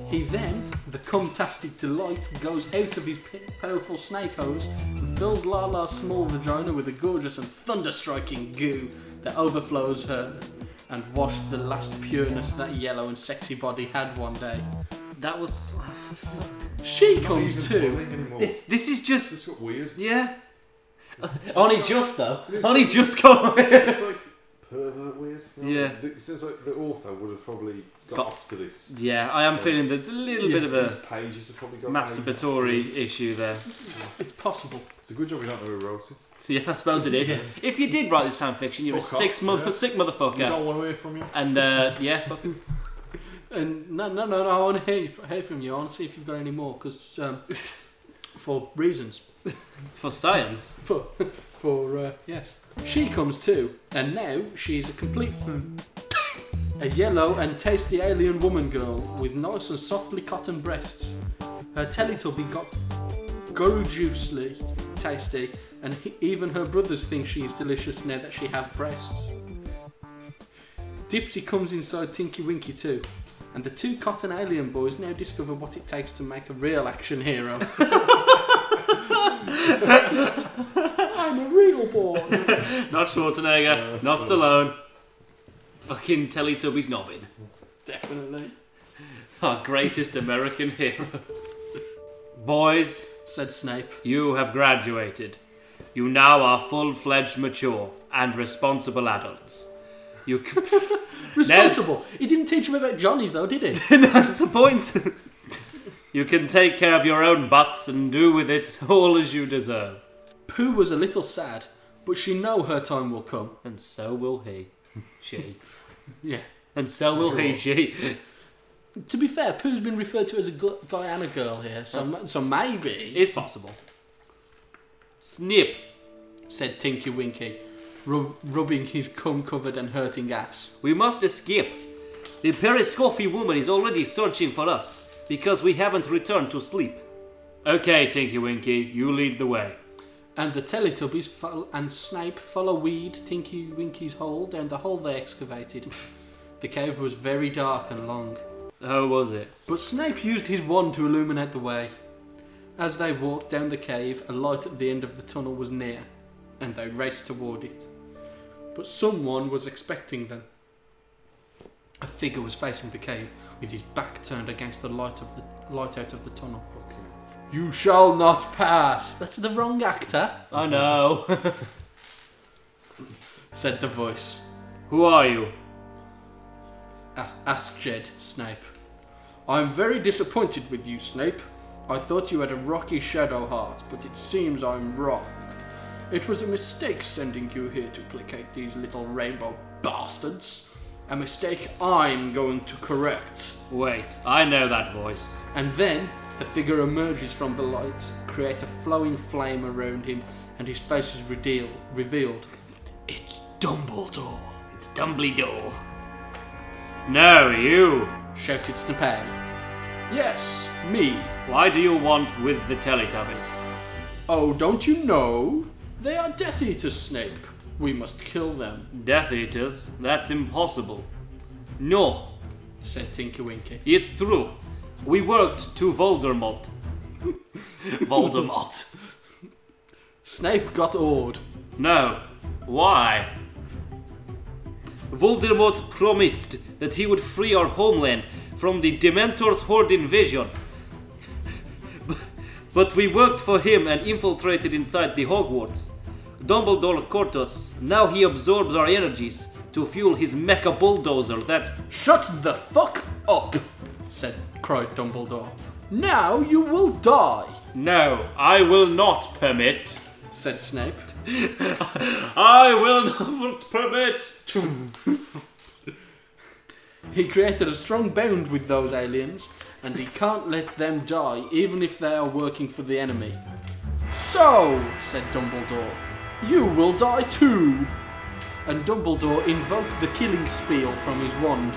He then, the cumtastic delight, goes out of his p- powerful snake hose and fills Lala's small vagina with a gorgeous and thunder-striking goo that overflows her and washed the last pureness that yellow and sexy body had one day. That was. She Not even comes funny too. Anymore. It's, this is It's just. got weird. Yeah. Only just, though. Only just got. It's like pervert weird. Yeah. It seems like the author would have probably got, Got- off to this. yeah, I am feeling there's a little bit of a These pages have probably got masturbatory issue there. It's possible. It's a good job we don't know who wrote it. So yeah, I suppose it is. If you did write this fan fiction, you're a Fuck off, six mother, yeah. sick We motherfucker. don't want to hear from you. And uh, yeah, fucking And no, no, no, no. I want to hear, you- hear from you. I want to see if you've got any more, because um, for reasons, for science. for for uh, yes, she comes too, and now she's a complete fem- a yellow and tasty alien woman girl with nice and softly cotton breasts. Her Teletubby got gorgeously tasty, and he, even her brothers think she is delicious now that she have breasts. Dipsy comes inside Tinky Winky too, and the two cotton alien boys now discover what it takes to make a real action hero. I'm a real boy. Not Schwarzenegger, not Stallone. Fucking Teletubbies Nobbin. Definitely. Our greatest American hero. Boys, Said Snape. you have graduated. You now are full fledged, mature, and responsible adults. You can. Responsible. He didn't teach him about Johnny's though, did he? That's the point. you can take care of your own butts and do with it all as you deserve. Pooh was a little sad, but she know her time will come. And so will he. She. Yeah. and so will he, she. To be fair, Pooh's been referred to as a gu- guy and a girl here, so ma- so maybe It's possible. Snip. said Tinky Winky, rub- rubbing his cum covered and hurting ass. We must escape. The Periscoffy woman is already searching for us because we haven't returned to sleep. Okay, Tinky Winky, you lead the way. And the Teletubbies fol- and Snape follow Weed Tinky Winky's hole down the hole they excavated. the cave was very dark and long. How was it? But Snape used his wand to illuminate the way. As they walked down the cave, a light at the end of the tunnel was near, and they raced toward it. But someone was expecting them. A figure was facing the cave, with his back turned against the light of the light out of the tunnel. You shall not pass. That's the wrong actor, I know. said the voice. Who are you? As- asked Jed Snape. I'm very disappointed with you, Snape. I thought you had a rocky shadow heart, but it seems I'm wrong. It was a mistake sending you here to placate these little rainbow bastards. A mistake I'm going to correct. Wait, I know that voice. And then the figure emerges from the light, create a flowing flame around him, and his face is redeal- revealed. It's Dumbledore, It's Dumbledore. No, you. shouted Snape. Yes, me, Why do you want with the Teletubbies? Oh, don't you know? They are Death Eaters, Snape. We must kill them, Death Eaters? That's impossible. No, said Tinky Winky. It's true. We worked to Voldemort. Voldemort. Snape got awed. No. Why? Voldemort promised that he would free our homeland from the Dementor's horde invasion. but we worked for him and infiltrated inside the Hogwarts. Dumbledore caught us. Now he absorbs our energies to fuel his mecha bulldozer that Shut the fuck up, said cried Dumbledore. Now you will die, No, I will not permit. said Snape. I will not permit. He created a strong bond with those aliens, and he can't let them die even if they are working for the enemy. So, said Dumbledore, you will die too! And Dumbledore invoked the killing spiel from his wand.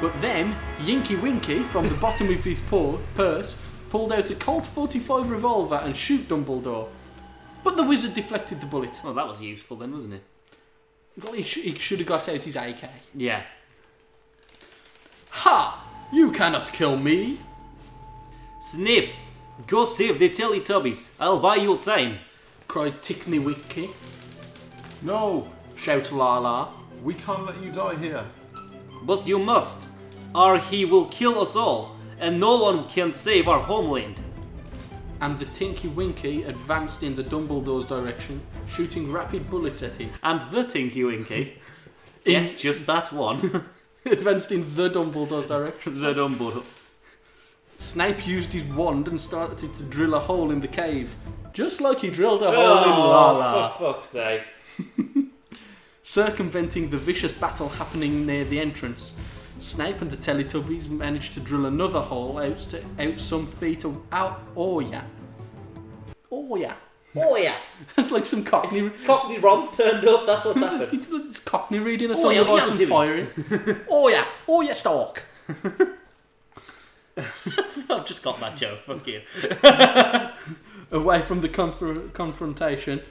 But then, Yinky Winky, from the bottom of his paw, purse, pulled out a Colt 45 revolver and shoot Dumbledore. But the wizard deflected the bullet. Well, that was useful then, wasn't it? Well, he, sh- he should have got out his AK. Yeah. Ha! You cannot kill me! Snape, go save the Teletubbies. I'll buy you time. cried Tickney Wicky. No, Shout la la. we can't let you die here. But you must, or he will kill us all, and no one can save our homeland. And the Tinky Winky advanced in the Dumbledore's direction, shooting rapid bullets at him. And the Tinky Winky. In- yes, just that one. advanced in the Dumbledore's direction. the Dumbledore. Snape used his wand and started to drill a hole in the cave, just like he drilled a hole in La Oh, La. for fuck's sake. Circumventing the vicious battle happening near the entrance, Snape and the Teletubbies managed to drill another hole out, to, out some feet of, out. Oh yeah, oh yeah, Oh, yeah. that's like some Cockney. Cockney Rob's turned up, that's what's happened. It's, it's Cockney reading a song yeah, about yeah, some Jimmy. firing. oh yeah, oh yeah, Stark. I've just got that joke, fuck you. Away from the conf- confrontation,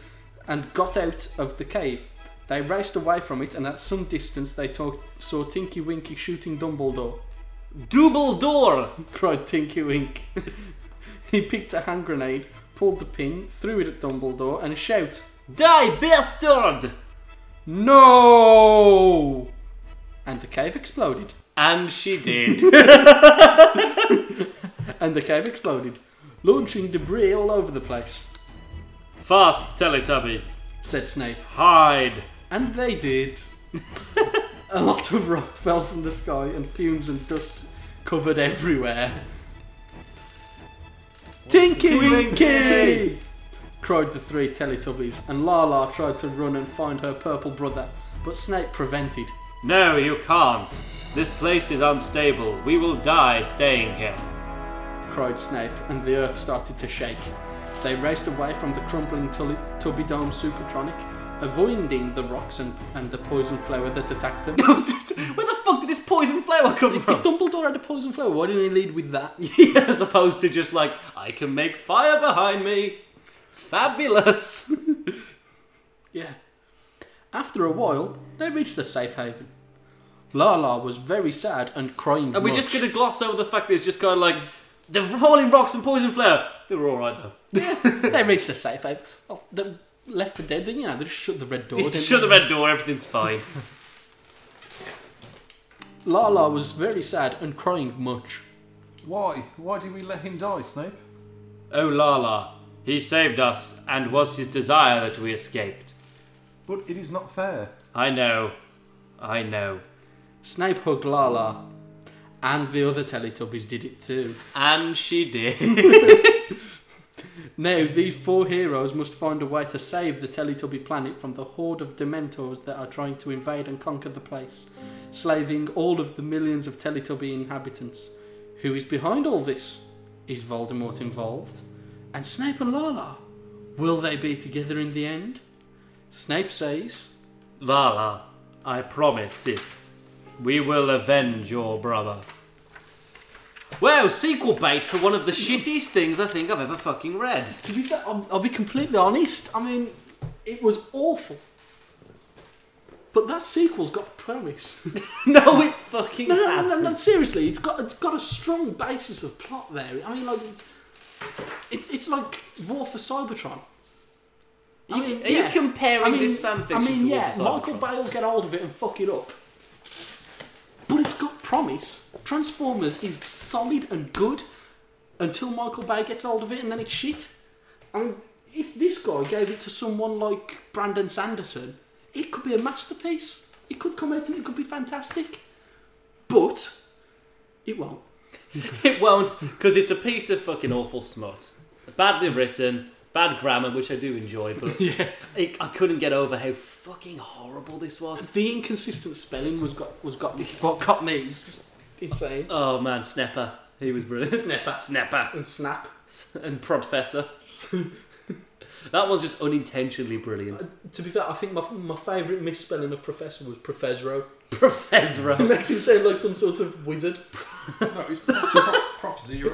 and got out of the cave. They raced away from it, and at some distance, they talk- saw Tinky Winky shooting Dumbledore. Double door! Cried Tinky Wink. he picked a hand grenade, pulled the pin, threw it at Dumbledore, and shout, Die, bastard! "No!" And the cave exploded. And she did. And the cave exploded, launching debris all over the place. Fast, Teletubbies. Said Snape. Hide. And they did. a lot of rock fell from the sky and fumes and dust covered everywhere. Tinky Winky! cried the three Teletubbies, and Lala tried to run and find her purple brother, but Snape prevented. No, you can't. This place is unstable. We will die staying here. cried Snape, and the earth started to shake. They raced away from the crumbling tully, tubby dome supertronic, avoiding the rocks and, and the poison flower that attacked them. Where the fuck did this poison flower come if, if from? Dumbledore had a poison flower, why didn't he lead with that? Yeah, As opposed to just like, I can make fire behind me. Fabulous. Yeah. After a while, they reached a safe haven. Lala was very sad and crying. Are we much. just going to gloss over the fact that it's just kind of like, the falling rocks and poison flower? They were alright though. they reached the safe haven. Well, they left for dead. Then you know they just shut the red door. didn't Shut they? the red door, everything's fine. Lala was very sad and crying much. Why? Why did we let him die, Snape? oh Lala, he saved us and was his desire that we escaped. But it is not fair. I know. I know. Snape hugged Lala, and the other Teletubbies did it too. And she did. Now these four heroes must find a way to save the Teletubby planet from the horde of Dementors that are trying to invade and conquer the place, slaving all of the millions of Teletubby inhabitants. Who is behind all this? Is Voldemort involved? And Snape and Lala, will they be together in the end? Snape says, Lala, I promise, sis, we will avenge your brother. Wow, sequel bait for one of the shittiest things I think I've ever fucking read. To be fair, I'll, I'll be completely honest. I mean, it was awful. But that sequel's got promise. no, it fucking no, no, no, has. no, no, seriously, it's got it's got a strong basis of plot there. I mean, like it's it's, it's like War for Cybertron. I mean, Are yeah. you comparing I mean, this fanfiction I mean, to yeah, Wolf of Michael Cybertron? Bay will get hold of it and fuck it up. But it's got promise. Transformers is solid and good until Michael Bay gets hold of it and then it's shit. I mean, if this guy gave it to someone like Brandon Sanderson, it could be a masterpiece. It could come out and it could be fantastic. But it won't. It won't, because it's a piece of fucking awful smut. Badly written, bad grammar, which I do enjoy, but it, I couldn't get over how fucking horrible this was. The inconsistent spelling was got was got me. What got me It's just insane. Oh man, Snapper. He was brilliant. Snapper Snapper. and snap. and Professor. that was just unintentionally brilliant. To be fair, I think my, my favourite misspelling of Professor was Professoro. Professor. Makes him sound like some sort of wizard. No, it's Prof, prof Zero.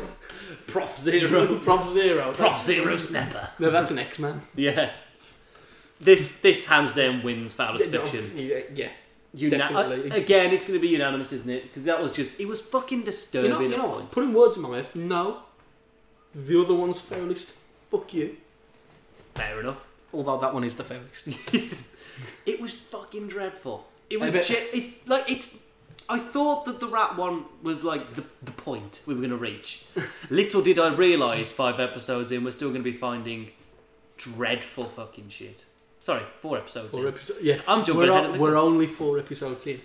Prof Zero. Prof Zero. Prof Zero Snapper. No, that's an X Man. Yeah. This this hands down wins foulest fiction. Yeah. yeah. Una- definitely. uh, again, it's going to be unanimous, isn't it? Because that was just it was fucking You disturbing. know, you at know what? points. Putting words in my mouth. No. The other one's fairest. Fuck you. Fair enough. Although that one is the fairest. It was fucking dreadful. It was I bet- ge- it, like it's. I thought that the rat one was like the the point we were going to reach. Little did I realise five episodes in, we're still going to be finding dreadful fucking shit. Sorry, four episodes. Four in. episodes. Yeah. I'm jumping We're, ahead on- of the- Ah. we're only four episodes in.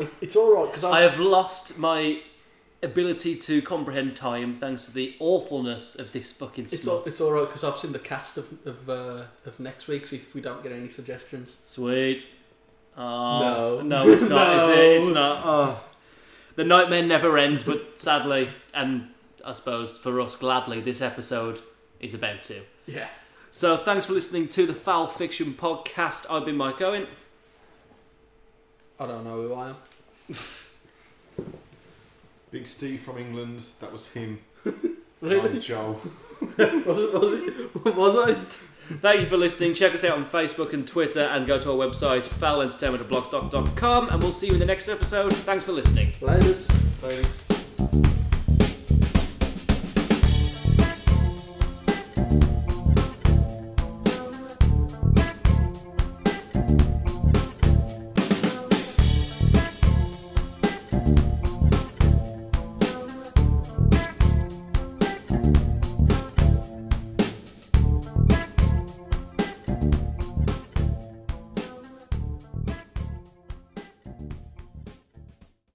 It, it's all right because I have lost my ability to comprehend time thanks to the awfulness of this fucking It's all, smut. it's all right because I've seen the cast of of, uh, of next week's. If we don't get any suggestions, Sweet. Oh, No. no, it's not. Is it? It's No. not. Oh. The nightmare never ends, but sadly, and I suppose for us gladly, this episode is about to. yeah. So, thanks for listening to the Foul Fiction podcast. I've been Mike Owen. I don't know who I am. Big Steve from England, that was him. Really? I'm Joe. was, was it? Was I? Thank you for listening. Check us out on Facebook and Twitter, and go to our website, foulentertainment.blogspot.com, and we'll see you in the next episode. Thanks for listening. Laters. Ladies.